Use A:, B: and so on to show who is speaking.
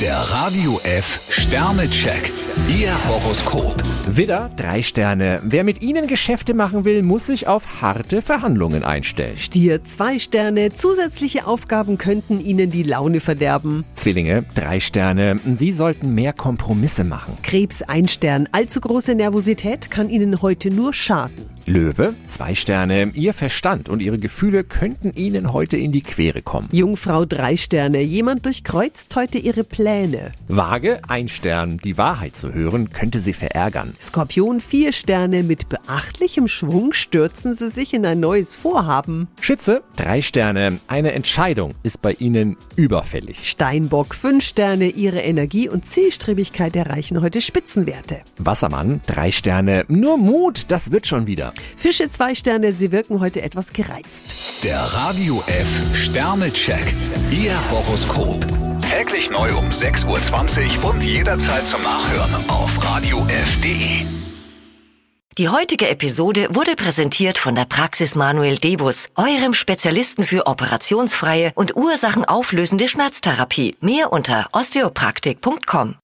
A: Der Radio F Sternecheck. Ihr Horoskop.
B: Widder, drei Sterne. Wer mit Ihnen Geschäfte machen will, muss sich auf harte Verhandlungen einstellen.
C: Stier zwei Sterne, zusätzliche Aufgaben könnten Ihnen die Laune verderben.
B: Zwillinge, drei Sterne. Sie sollten mehr Kompromisse machen.
C: Krebs ein Stern, allzu große Nervosität kann Ihnen heute nur schaden.
B: Löwe, zwei Sterne. Ihr Verstand und Ihre Gefühle könnten Ihnen heute in die Quere kommen.
C: Jungfrau drei Sterne, jemand durchkreuzt heute Ihre Pläne.
B: Waage, ein Stern. Die Wahrheit zu hören, könnte Sie verärgern.
C: Skorpion vier Sterne, mit beachtlichem Schwung stürzen Sie sich in ein neues Vorhaben.
B: Schütze, drei Sterne. Eine Entscheidung ist bei Ihnen überfällig.
C: Steinbock fünf Sterne, Ihre Energie und Zielstrebigkeit erreichen heute Spitzenwerte.
B: Wassermann, drei Sterne. Nur Mut, das wird schon wieder.
C: Fische zwei Sterne, Sie wirken heute etwas gereizt.
A: Der Radio F Sternecheck. Ihr Horoskop. Täglich neu um 6.20 Uhr und jederzeit zum Nachhören auf Radio E. radiof.de.
D: Die heutige Episode wurde präsentiert von der Praxis Manuel Debus, eurem Spezialisten für operationsfreie und ursachenauflösende Schmerztherapie. Mehr unter osteopraktik.com.